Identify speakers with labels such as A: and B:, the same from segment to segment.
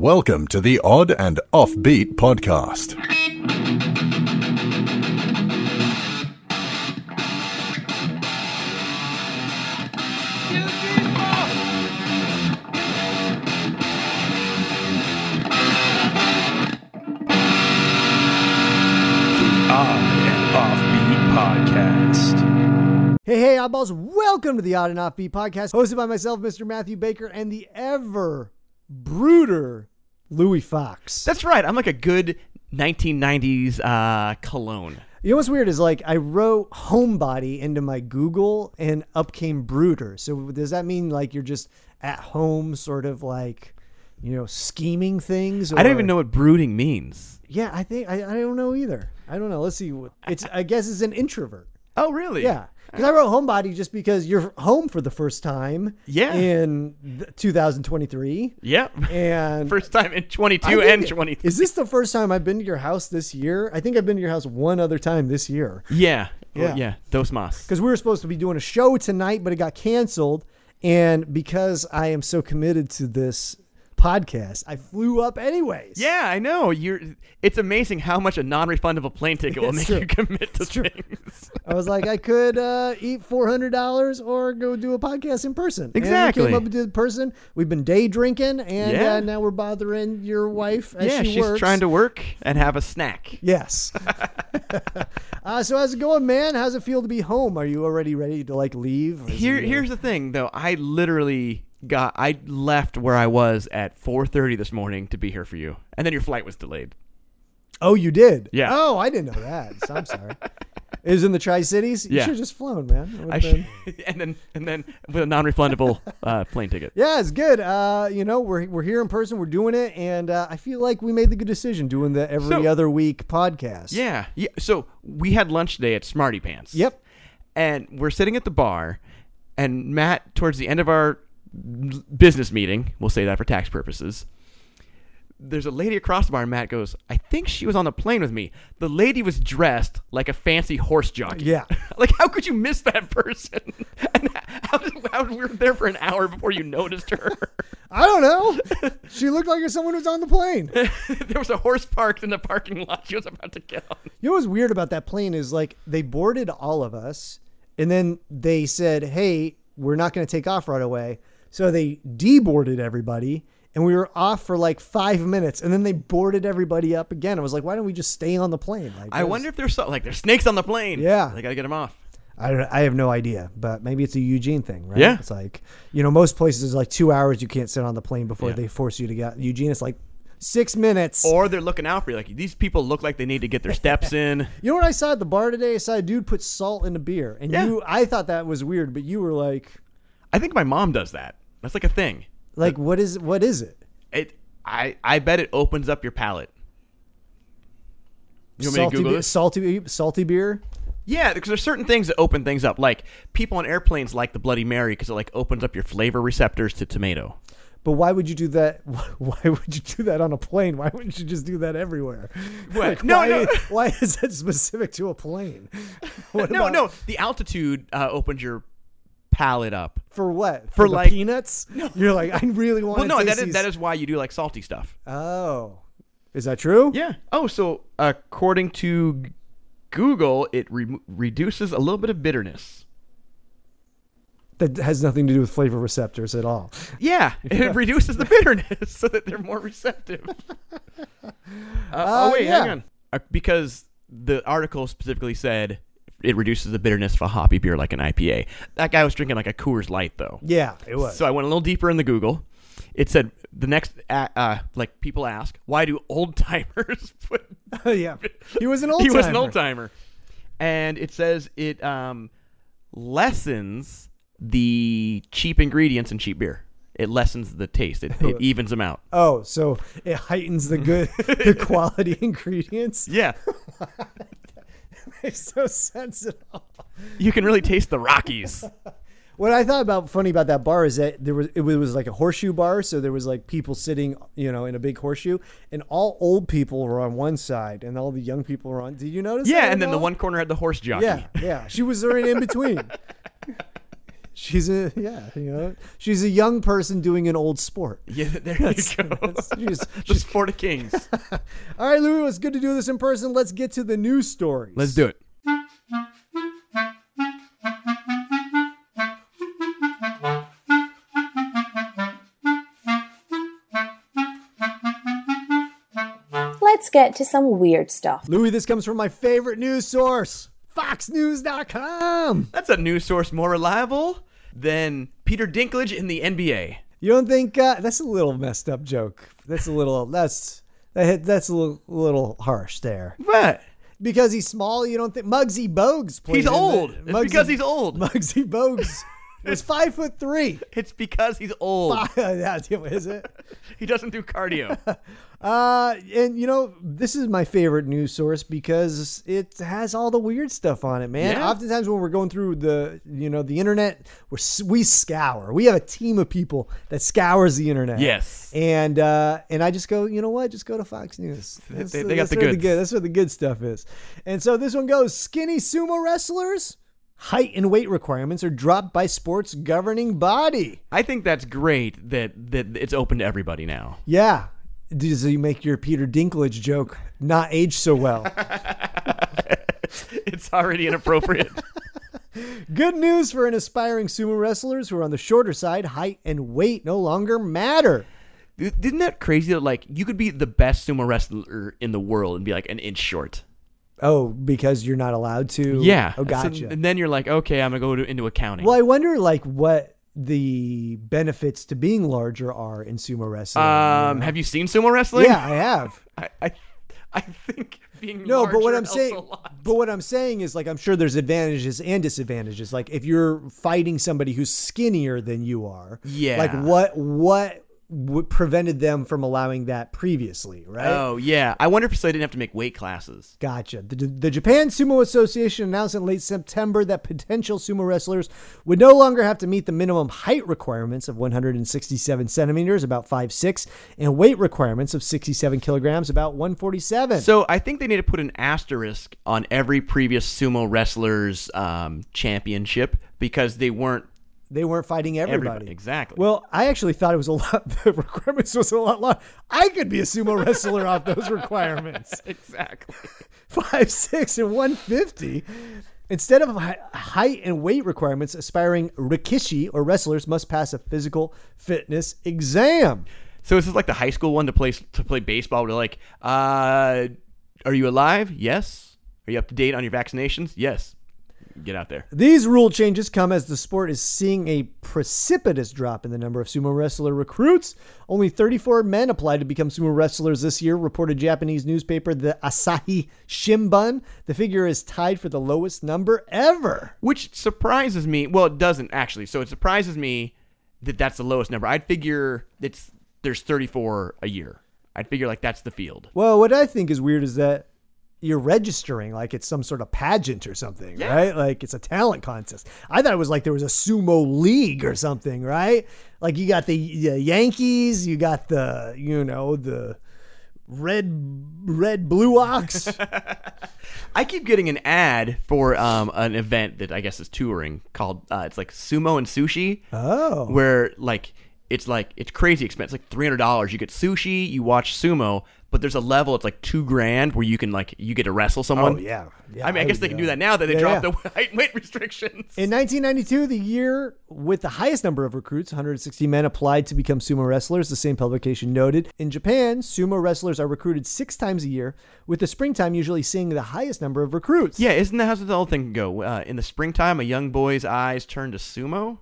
A: Welcome to the Odd and Offbeat Podcast.
B: Odd and Offbeat Podcast.
C: Hey, hey, oddballs, welcome to the Odd and Offbeat podcast, hosted by myself, Mr. Matthew Baker, and the ever brooder Louis Fox.
D: That's right. I'm like a good 1990s uh, cologne.
C: you know what's weird is like I wrote homebody into my Google and up came brooder. So does that mean like you're just at home, sort of like, you know, scheming things?
D: I don't
C: or-
D: even know what brooding means.
C: Yeah, I think I, I don't know either. I don't know. Let's see. what- It's I guess it's an introvert.
D: Oh, really?
C: Yeah. Because I wrote homebody just because you're home for the first time.
D: Yeah.
C: In th- 2023.
D: Yep.
C: And
D: First time in
C: I
D: 22
C: think-
D: and 23.
C: Is this the first time I've been to your house this year? I think I've been to your house one other time this year
D: yeah.
C: Yeah.
D: Yeah. Yeah. Dos Mas.
C: because we were supposed to be doing a show tonight, but it got canceled. And because I am so committed to this podcast, I flew up anyways.
D: Yeah, I know. You're. It's amazing how much a non-refundable plane ticket will
C: It's
D: make
C: true.
D: you commit to
C: true.
D: things.
C: I was like, I could uh, eat four hundred dollars or go do a podcast in person. And we
D: Exactly.
C: came up to the person. We've been day drinking, and
D: Yeah.
C: uh, now we're bothering your wife as
D: yeah,
C: she
D: she's
C: works.
D: trying to work and have a snack.
C: Yes. uh, so how's it going, man? How's it feel to be home? Are you already ready to like leave? Or is
D: Here,
C: it, uh,
D: here's the thing, though. I literally got. I left where I was at 4:30 this morning to be here for you, and then your flight was delayed.
C: Oh, you did.
D: Yeah.
C: Oh, I didn't know that. So I'm sorry. it was in the Tri Cities. You
D: Yeah.
C: should have just flown, man. It
D: I
C: would've
D: should,
C: been-
D: and then and then with a non-refundable uh, plane ticket.
C: Yeah, it's good. Uh, you know, we're we're here in person. We're doing it, and uh, I feel like we made the good decision doing the every
D: So-
C: other week podcast.
D: Yeah. yeah. So we had lunch today at Smarty Pants.
C: Yep.
D: And we're sitting at the bar, and Matt, towards the end of our l- business meeting, we'll say that for tax purposes. There's a lady across the bar, and Matt goes, "I think she was on the plane with me." The lady was dressed like a fancy horse jockey.
C: Yeah.
D: like, how could you miss that person? And how, did, how we were there for an hour before you noticed her.
C: I don't know. she looked like someone was on the plane. You
D: there was a horse parked in the parking lot. She was about to get on.
C: know what's weird about that plane is like they boarded all of us, and then they said, "Hey, we're not going to take off right away." So they deboarded everybody, and we were off for like five minutes, and then they boarded everybody up again. I was like, "Why don't we just stay on the plane?" Like,
D: I
C: that was-
D: wonder if there's so, like there's snakes on the plane.
C: Yeah.
D: they gotta get them off.
C: I don't. I have no idea, but maybe it's a Eugene thing, right?
D: Yeah.
C: It's like you know, most places is like two hours. You can't sit on the plane before
D: Yeah.
C: they force you to get. Eugene, it's like six minutes.
D: Or they're looking out for you. Like these people look like they need to get their steps in.
C: you know what I saw at the bar today? I saw a dude put salt in a beer, and
D: Yeah.
C: you. I thought that was weird, but you were like,
D: I think my mom does that. That's like a thing.
C: like, what is what is it?
D: It. I. I bet it opens up your palate. You want me to
C: salty,
D: Google
C: be-
D: this?
C: salty, salty beer.
D: Yeah, because there's certain things that open things up. Like people on airplanes like the Bloody Mary because it like opens up your flavor receptors to tomato.
C: But why would you do that? Why would you do that on a plane? Why wouldn't you just do that everywhere?
D: What?
C: Like,
D: No,
C: why,
D: no.
C: why is that specific to a plane? What
D: No,
C: about-
D: no. The altitude uh, opens your palate up.
C: For what?
D: For
C: the
D: like-
C: peanuts? You're like, I really want.
D: Well, no,
C: to
D: that is, that is why you do like salty stuff.
C: Oh, is that true?
D: Yeah. Oh, so according to G- Google, it re- reduces a little bit of bitterness.
C: That has nothing to do with flavor receptors at all.
D: Yeah, it reduces the bitterness so that they're more receptive. Uh,
C: Uh,
D: oh wait, hang
C: yeah.
D: on. Uh, because the article specifically said it reduces the bitterness of a hoppy beer like an IPA. That guy was drinking like a Coors Light though.
C: Yeah, it was.
D: So I went a little deeper in the Google. It said the next uh, uh, like people ask why do old timers put
C: yeah, he was an old.
D: he was an old timer. And it says it um, lessens the cheap ingredients in cheap beer. It lessens the taste. It, it evens them out.
C: Oh, so it heightens the good, the quality ingredients.
D: Yeah,
C: Makes no sense at all.
D: you can really taste the Rockies.
C: What I thought about funny about that bar is that there was it was, like a horseshoe bar, so there was like people sitting, you know, in a big horseshoe, and all old people were on one side, and all the young people were on. Did you notice? that
D: Yeah,
C: at
D: and then the
C: all?
D: one corner had the horse jockey.
C: Yeah, yeah. She was there in between. She's a yeah, you know, she's a young person doing an old sport.
D: Yeah, there you go.
C: That's- she's-
D: The Sport of Kings.
C: All right, Louis, it's good to do this in person. Let's get to the news stories.
D: Let's do it.
E: Let's get to some weird stuff.
C: Louis, this comes from my favorite news source, FoxNews.com.
D: That's a news source more reliable than Peter Dinklage in the NBA.
C: You don't think uh, that's a little messed up joke? That's a little that's that hit, that's a little, little harsh there
D: What?
C: because he's small. You don't think Muggsy Bogues plays?
D: He's
C: in the-
D: old. It's because he's old.
C: Muggsy Bogues was five foot three.
D: It's because he's old.
C: That's is it?
D: He doesn't do cardio.
C: Uh, and you know, this is my favorite news source because it has all the weird stuff on it, man.
D: Yeah.
C: Oftentimes when we're going through the, you know, the internet, we're, s- we scour. We have a team of people that scours the internet.
D: Yes.
C: And uh, and I just go, you know what? Just go to Fox News. That's-
D: they- they got
C: that's
D: the
C: where
D: goods.
C: good. That's where the good stuff is. And so this one goes: skinny sumo wrestlers, height and weight requirements are dropped by sports governing body.
D: I think that's great that, that it's open to everybody now.
C: Yeah. Does he make your Peter Dinklage joke not age so well?
D: It's already inappropriate.
C: Good news for an aspiring sumo wrestlers who are on the shorter side, height and weight no longer matter.
D: Dude, Isn't that crazy that like you could be the best sumo wrestler in the world and be like an inch short?
C: Oh, because you're not allowed to.
D: Yeah.
C: Oh,
D: So-
C: gotcha.
D: and then you're like, okay, I'm gonna go to, into accounting.
C: well, I wonder like what the benefits to being larger are in sumo wrestling.
D: Um, have you seen sumo wrestling?
C: yeah, I have.
D: I, I, I think being
C: No, but what
D: larger
C: I'm
D: helps a
C: saying,
D: lot.
C: but what I'm saying is like I'm sure there's advantages and disadvantages. Like if you're fighting somebody who's skinnier than you are,
D: Yeah.
C: Like what what w- prevented them from allowing that previously, right?
D: Oh yeah, I wonder if so they didn't have to make weight classes.
C: Gotcha. The, the Japan Sumo Association announced in late September that potential sumo wrestlers would no longer have to meet the minimum height requirements of 167 centimeters, about 5'6, and weight requirements of 67 kilograms, about 147.
D: So I think they need to put an asterisk on every previous sumo wrestler's um, championship because they weren't
C: they weren't fighting
D: everybody.
C: everybody.
D: Exactly.
C: Well, I actually thought it was a lot. The requirements was a lot long. I could be a sumo wrestler off those requirements.
D: exactly.
C: five six and one fifty. Instead of hi- height and weight requirements, aspiring rikishi or wrestlers must pass a physical fitness exam.
D: So is this like the high school one to play to play baseball? Where are like, uh, are you alive? Yes. Are you up to date on your vaccinations? Yes. Get out there.
C: These rule changes come as the sport is seeing a precipitous drop in the number of sumo wrestler recruits. Only 34 men applied to become sumo wrestlers this year, reported Japanese newspaper the Asahi Shimbun. The figure is tied for the lowest number ever.
D: Which surprises me. Well, it doesn't actually. So it surprises me that that's the lowest number. I'd figure it's there's 34 a year. I'd figure like that's the field.
C: Well, what I think is weird is that you're registering like it's some sort of pageant or something, right? Like it's a talent contest. I thought it was like there was a sumo league or something, right? Like you got the uh, Yankees, you got the you know the red red blue ox.
D: I keep getting an ad for um, an event that I guess is touring called uh, it's like sumo and sushi.
C: oh,
D: where like it's like it's crazy expense like $300 you get sushi you watch sumo but there's a level it's like two grand where you can like you get to wrestle someone
C: oh yeah. yeah.
D: i mean i guess
C: would
D: they
C: do
D: can do that now that they
C: Yeah,
D: dropped
C: yeah.
D: the height and weight restrictions
C: In 1992, the year with the highest number of recruits, 160 men applied to become sumo wrestlers, the same publication noted. In Japan, sumo wrestlers are recruited six times a year, with the springtime usually seeing the highest number of recruits.
D: yeah isn't that how the old thing go uh, in the springtime a young boy's eyes turn to sumo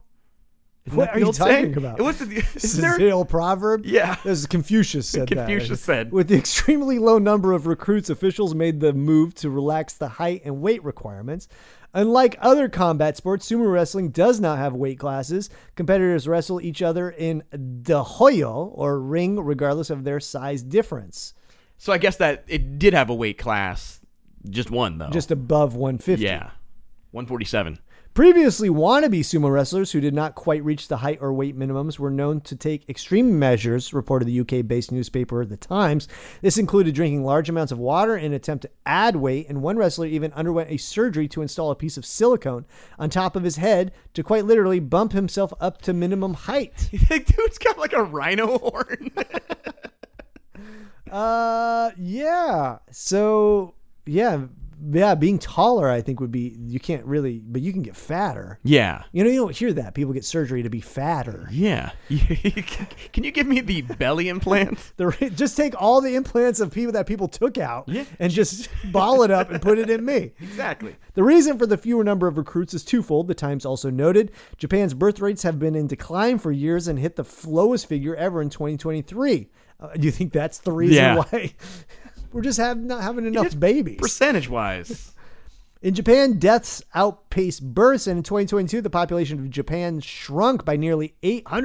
D: Isn't
C: What
D: that the
C: are you
D: old
C: talking
D: saying?
C: about?
D: it was the,
C: This
D: is
C: is
D: there,
C: an old proverb.
D: Yeah.
C: This is Confucius said that.
D: Confucius said.
C: With the extremely low number of recruits, officials made the move to relax the height and weight requirements. Unlike other combat sports, sumo wrestling does not have weight classes. Competitors wrestle each other in dahoyo or ring, regardless of their size difference,
D: so i guess that it did Oh. have a weight class just one though
C: just above 150.
D: yeah 147
C: Previously, wannabe sumo wrestlers who did not quite reach the height or weight minimums were known to take extreme measures, reported the UK based newspaper The Times. This included drinking large amounts of water in an attempt to add weight, and one wrestler even underwent a surgery to install a piece of silicone on top of his head to quite literally bump himself up to minimum height.
D: Dude's got like a rhino horn.
C: Uh, yeah. So, yeah. Yeah, being taller, I think, would be, you can't really, but you can get fatter.
D: yeah.
C: You know, you don't hear that. People get surgery to be fatter.
D: Yeah. Can you give me the belly implant?
C: The, re- just take all the implants of people that people took out and just ball it up and put it in me.
D: Exactly.
C: The reason for the fewer number of recruits is twofold. The Times also noted Japan's birth rates have been in decline for years and hit the lowest figure ever in 2023. Uh, do you think that's the reason
D: Yeah.
C: why we're just have, not having enough babies?
D: Percentage wise.
C: In Japan, deaths outpaced births, and in 2022, the population of Japan shrunk by nearly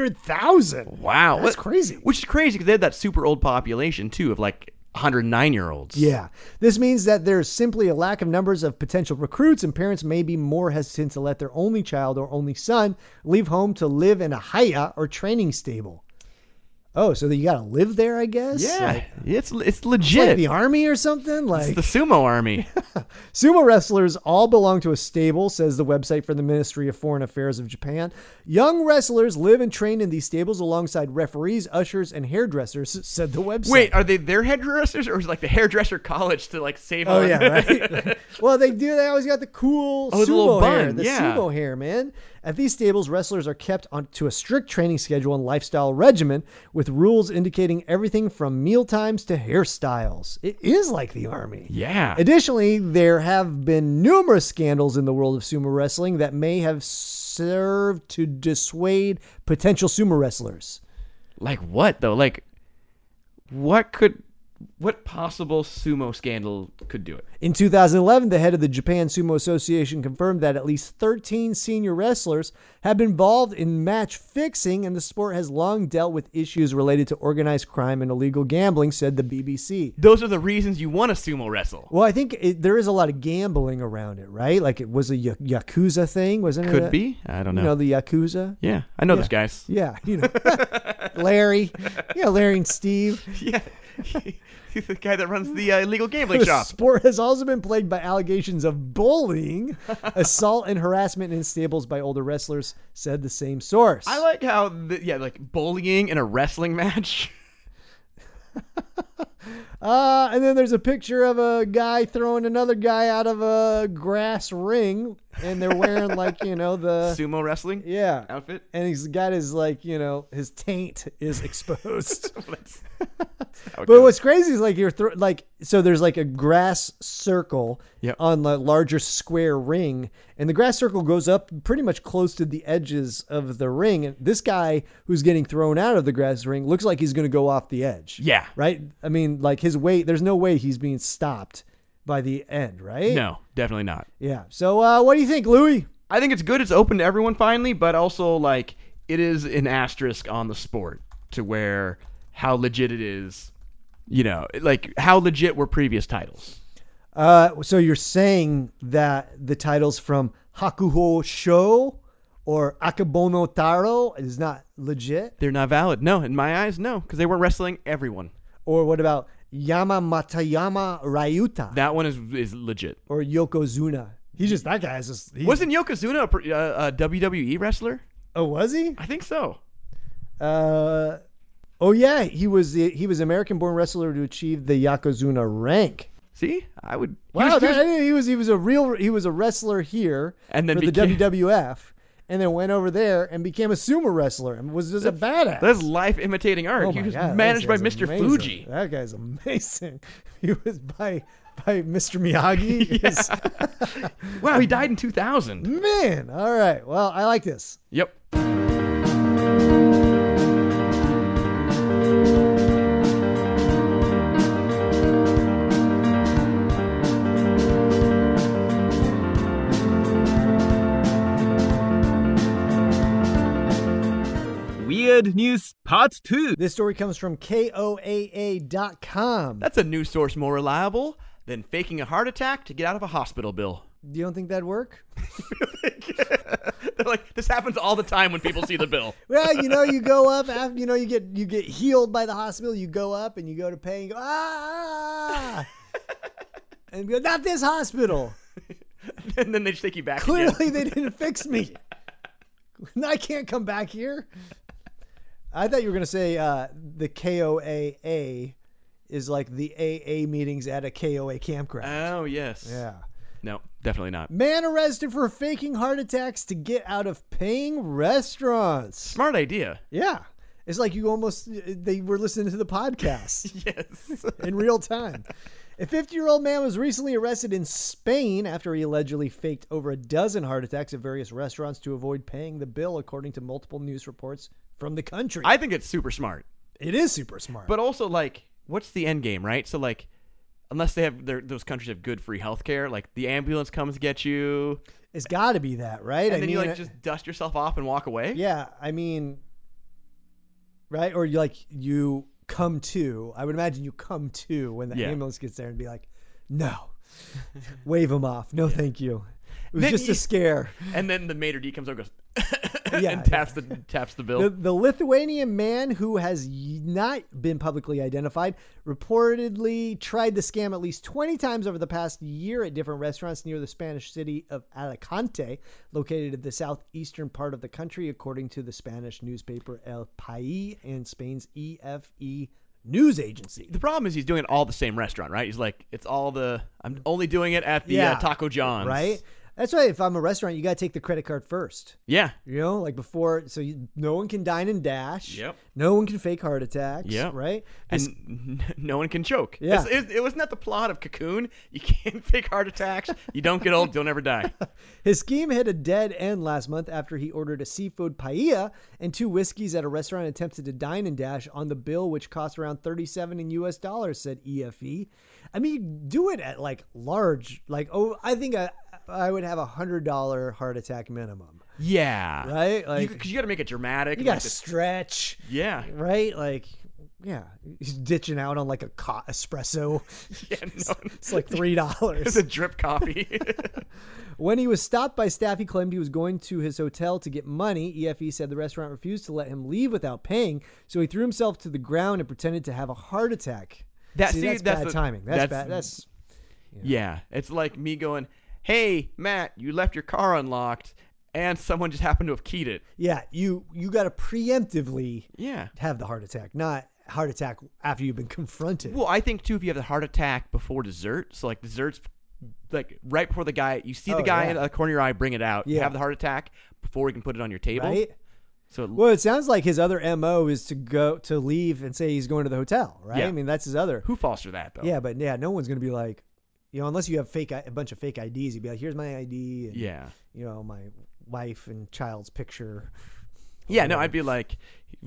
C: 800,000.
D: Wow.
C: That's
D: What-
C: crazy.
D: Which is crazy because they had that super old population too of like 109 year olds.
C: Yeah. This means that there's simply a lack of numbers of potential recruits, and parents may be more hesitant to let their only child or only son leave home to live in a haya or training stable. Oh, so that you got to live there, I guess?
D: Yeah.
C: Like,
D: It's it's
C: like
D: legit.
C: the army or something? Like
D: the sumo army.
C: Sumo wrestlers all belong to a stable, says the website for the Ministry of Foreign Affairs of Japan. Young wrestlers live and train in these stables alongside referees, ushers, and hairdressers, said the website.
D: Wait, are they their hairdressers or is like the hairdresser college to like save
C: Oh
D: on?
C: yeah, right. well, they do. They always got the cool
D: Oh,
C: sumo
D: the little
C: hair,
D: bun,
C: the
D: yeah.
C: sumo hair, man. At these stables, wrestlers are kept on to a strict training schedule and lifestyle regimen, with rules indicating everything from meal times to hairstyles. It is like the army.
D: yeah.
C: Additionally, there have been numerous scandals in the world of sumo wrestling that may have served to dissuade potential sumo wrestlers.
D: Like what though? Like what could what possible sumo scandal could do it?
C: In 2011, the head of the Japan Sumo Association confirmed that at least 13 senior wrestlers have been involved in match fixing, and the sport has long dealt with issues related to organized crime and illegal gambling, said the BBC.
D: Those are the reasons you want to sumo wrestle.
C: Well, I think it, there is a lot of gambling around it, right? Like it was a ya- yakuza thing, wasn't it?
D: Could be. I don't uh, know.
C: You know, the yakuza.
D: yeah, I know those guys.
C: Yeah, you know, Larry. Yeah, Larry and Steve.
D: Yeah. He's the guy that runs the uh, illegal gambling
C: The
D: shop.
C: sport has also been plagued by allegations of bullying, assault, and harassment in stables by older wrestlers, said the same source.
D: I like how, the, yeah, like bullying in a wrestling match.
C: uh, and then there's a picture of a guy throwing another guy out of a grass ring, and they're wearing, like, you know, the.
D: Sumo wrestling
C: Yeah.
D: outfit.
C: And he's got his, like, you know, his taint is exposed.
D: That's- that's how it
C: But
D: goes.
C: what's crazy is like you're thro- like so there's like a grass circle
D: Yep.
C: on the larger square ring, and the grass circle goes up pretty much close to the edges of the ring. And this guy who's getting thrown out of the grass ring looks like he's going to go off the edge.
D: Yeah.
C: right. I mean, like his weight. There's no way he's being stopped by the end, right?
D: no, definitely not.
C: Yeah. So uh, what do you think, Louis?
D: I think it's good it's open to everyone finally, but also like it is an asterisk on the sport to where how legit it is, you know, like how legit were previous titles.
C: Uh, so you're saying that the titles from Hakuho Show or Akabono Taro is not legit?
D: They're not valid. No, in my eyes, no, because they were wrestling everyone.
C: Or what about Yama Matayama Ryuta
D: That one is is legit.
C: or Yokozuna? He just that guy is just he,
D: Wasn't Yokozuna a, pr- uh, a WWE wrestler?
C: oh was he?
D: I think so.
C: Uh, oh yeah, he was the, he was American born wrestler to achieve the Yokozuna rank.
D: See, I would. he
C: Wow,
D: was- he
C: that-
D: was-
C: I didn't- he was he was a real he was a wrestler here
D: And then
C: for
D: became-
C: the WWF, and then went over there and became a sumo wrestler and was just a badass.
D: that's life imitating art.
C: Oh
D: he
C: my
D: was
C: God, that
D: managed by
C: guy's
D: Mr.
C: amazing.
D: Fuji.
C: That guy's amazing. He was by by Mr. Miyagi.
D: Wow, he died in 2000.
C: Man, all right. Well, I like this.
D: Yep.
F: Weird News Part 2.
C: This story comes from KOAA.com.
D: That's a news source more reliable than faking a heart attack to get out of a hospital bill.
C: You don't think that'd work?
D: They're like, this happens all the time when people see the bill.
C: Well, you know, you go up after you know you get you get healed by the hospital. You go up and you go to pay and you go ah, and you go not this hospital.
D: and then they just take you back. again.
C: Clearly, they didn't fix me. I can't come back here. I thought you were gonna say uh, the KOAA is like the AA meetings at a KOA campground.
D: Oh yes.
C: yeah.
D: No, definitely not.
C: Man arrested for faking heart attacks to get out of paying restaurants.
D: Smart idea.
C: Yeah. It's like you almost, they were listening to the podcast
D: Yes.
C: in real time. A 50 year old man was recently arrested in Spain after he allegedly faked over a dozen heart attacks at various restaurants to avoid paying the bill, according to multiple news reports from the country.
D: I think it's super smart.
C: it is super smart.
D: But also like, what's the end game, right? So like, unless they have their, those countries have good free healthcare, like the ambulance comes get you,
C: it's got to be that, right?
D: and then you like just dust yourself off and walk away.
C: Yeah, I mean, right? Or you like you come to. I would imagine you come to when the
D: Yeah.
C: ambulance gets there and be like, "No, wave him off. No, thank you. It was
D: Then
C: just
D: you-
C: a scare."
D: And then the maitre d comes over, and goes,
C: Yeah,
D: and taps the taps the bill.
C: The, the Lithuanian man who has y- not been publicly identified reportedly tried the scam at least 20 times over the past year at different restaurants near the Spanish city of Alicante, located at the southeastern part of the country, according to the Spanish newspaper El País and Spain's EFE news agency.
D: the problem is he's doing it all the same restaurant, right? He's like, it's all the I'm only doing it at the
C: Yeah.
D: uh, Taco John's,
C: Right? That's why if I'm a restaurant, you got to take the credit card first.
D: Yeah,
C: You know, like before, so you, no one can dine and dash.
D: Yep.
C: No one can fake heart attacks.
D: Yep.
C: Right?
D: and n- no one can choke.
C: Yeah.
D: It's- it, it wasn't that the plot of Cocoon. You can't fake heart attacks. You don't get old. You'll never die.
C: His scheme hit a dead end last month after he ordered a seafood paella and two whiskeys at a restaurant and attempted to dine and dash on the bill, which cost around 37 in US dollars, said EFE. I mean, do it at like large, like, oh, I think I, I would have a $100 heart attack minimum,
D: Yeah,
C: right?
D: Because
C: Like,
D: you,
C: you,
D: got to make it dramatic. like
C: got to
D: this-
C: stretch,
D: yeah.
C: right? Like, yeah, he's ditching out on like a co- espresso.
D: yeah no,
C: It's like
D: it's a
C: $3.
D: drip coffee.
C: When he was stopped by staff, he claimed he was going to his hotel to get money. EFE said the restaurant refused to let him leave without paying, so he threw himself to the ground and pretended to have a heart attack.
D: That- see,
C: that's,
D: that's
C: bad
D: the-
C: timing.
D: that's-
C: That's, bad. That's
D: yeah, it's like me going, "Hey, Matt, you left your car unlocked, and someone just happened to have keyed it."
C: yeah. You you got to preemptively
D: Yeah.
C: have the heart attack, not heart attack after you've been confronted.
D: Well, I think too, if you have the heart attack before dessert, so like desserts, like right before the guy, you see
C: Oh,
D: the guy
C: yeah.
D: in the corner of your eye, bring it out. You
C: Yeah.
D: have the heart attack before you can put it on your table.
C: right?
D: So it-
C: Well, it sounds like his other mo is to go to leave and say he's going to the hotel, right?
D: Yeah.
C: I mean, that's his other.
D: who foster that though?
C: Yeah, but yeah, no one's gonna be like, you know, unless you have fake I- a bunch of fake IDs, you'd be like, here's my ID. And,
D: Yeah.
C: you know, my wife and child's picture.
D: Yeah. No, I'd be like,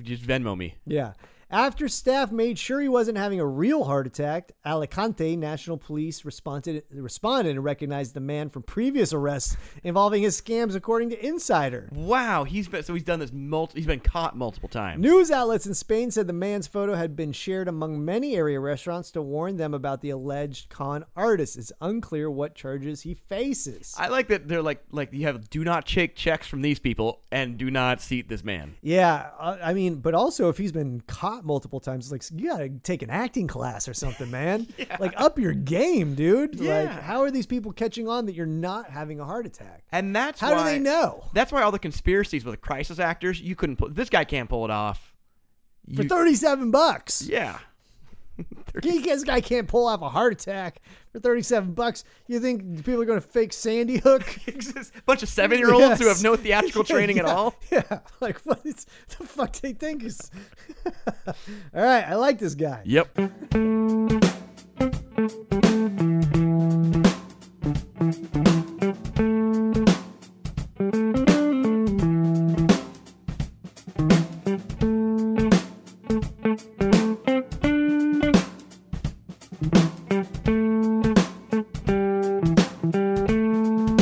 D: just Venmo me.
C: Yeah. After staff made sure he wasn't having a real heart attack, Alicante National Police responded responded and recognized the man from previous arrests involving his scams, according to Insider.
D: Wow, he's been so he's done this multi. He's been caught multiple times.
C: News outlets in Spain said the man's photo had been shared among many area restaurants to warn them about the alleged con artist. It's unclear what charges he faces.
D: I like that they're like like you have do not take checks from these people and do not seat this man.
C: Yeah, uh, I I mean, but also if he's been caught multiple times, like you gotta take an acting class or something, man. Like up your game, dude. Like,
D: Yeah.
C: how are these people catching on that you're not having a heart attack?
D: And that's
C: How do
D: why-
C: they know?
D: That's why all the conspiracies with the crisis actors, you couldn't pull. This guy can't pull it off.
C: For
D: You-
C: thirty-seven bucks,
D: yeah.
C: He- this guy can't pull off a heart attack for thirty-seven bucks. You think people are gonna fake Sandy Hook?
D: Exist- bunch of seven year olds who
C: Yes.
D: have no theatrical training
C: Yeah,
D: at all.
C: Yeah, like what is, the fuck they think is? all right, I like this guy.
D: Yep.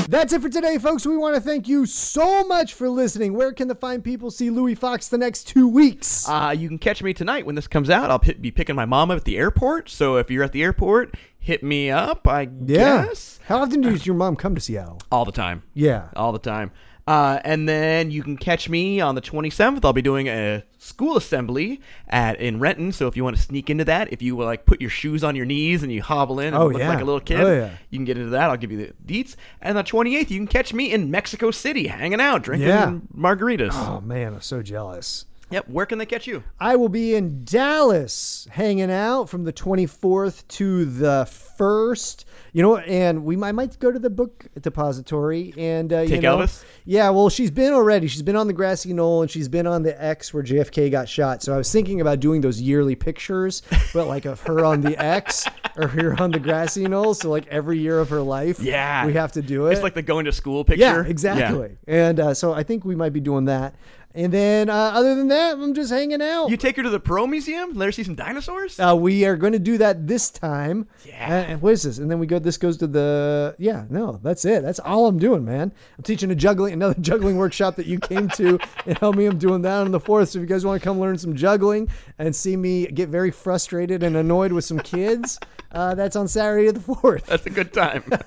C: That That's it for today, folks. We want to thank you so much for listening. Where can the fine people see Louis Fox the next two weeks?
D: Uh, you can catch me tonight when this comes out. I'll hit, be picking my mom up at the airport. So if you're at the airport, hit me up, I guess.
C: How often does your mom come to Seattle?
D: All the time.
C: Yeah.
D: All the time. Uh, and then you can catch me on the 27th. I'll be doing a school assembly at in Renton. So if you want to sneak into that, if you like put your shoes on your knees and you hobble in and
C: Oh,
D: look
C: yeah.
D: like a little kid,
C: Oh, yeah.
D: you can get into that. I'll give you the deets. And on the 28th, you can catch me in Mexico City hanging out, drinking
C: Yeah.
D: margaritas.
C: Oh, man, I'm so jealous.
D: Yep. Where can they catch you?
C: I will be in Dallas hanging out from the 24th to the 1st. You know, and we might, might go to the book depository and uh, you
D: Take
C: know,
D: Elvis?
C: Yeah, well, she's been already. She's been on the grassy knoll and she's been on the X where JFK got shot. So I was thinking about doing those yearly pictures, but like of her on the X or her on the grassy knoll. So like every year of her life,
D: Yeah.
C: we have to do it.
D: It's like the going to school picture.
C: Yeah, exactly. And uh, so I think we might be doing that. And then uh, other than that, I'm just hanging out.
D: You take her to the Pro Museum, let her see some dinosaurs?
C: Uh, we are going to do that this time.
D: Yeah.
C: And- and what is this? And then we go. This goes to the. Yeah. No, that's it. That's all I'm doing, man. I'm teaching a juggling, another juggling workshop that you came to, and help me. I'm doing that on the fourth. So if you guys want to come learn some juggling and see me get very frustrated and annoyed with some kids, uh, that's on Saturday the fourth.
D: That's a good time.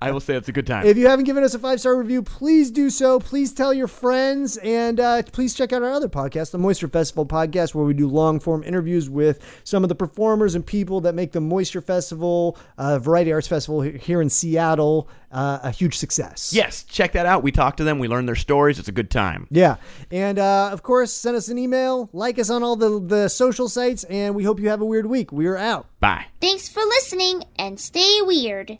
D: I will say it's a good time.
C: If you haven't given us a five star review, please do so. Please tell your friends, and uh, please check out our other podcast, the Moisture Festival podcast, where we do long form interviews with some of the performers and people that make the Moisture Festival, uh, Variety Arts Festival he- here in Seattle, uh, a huge success.
D: yes, check that out. We talk to them, we learn their stories. It's a good time.
C: Yeah. And uh, of course, send us an email, like us on all the, the social sites, and we hope you have a weird week. We're out.
D: Bye.
G: Thanks for listening and stay weird.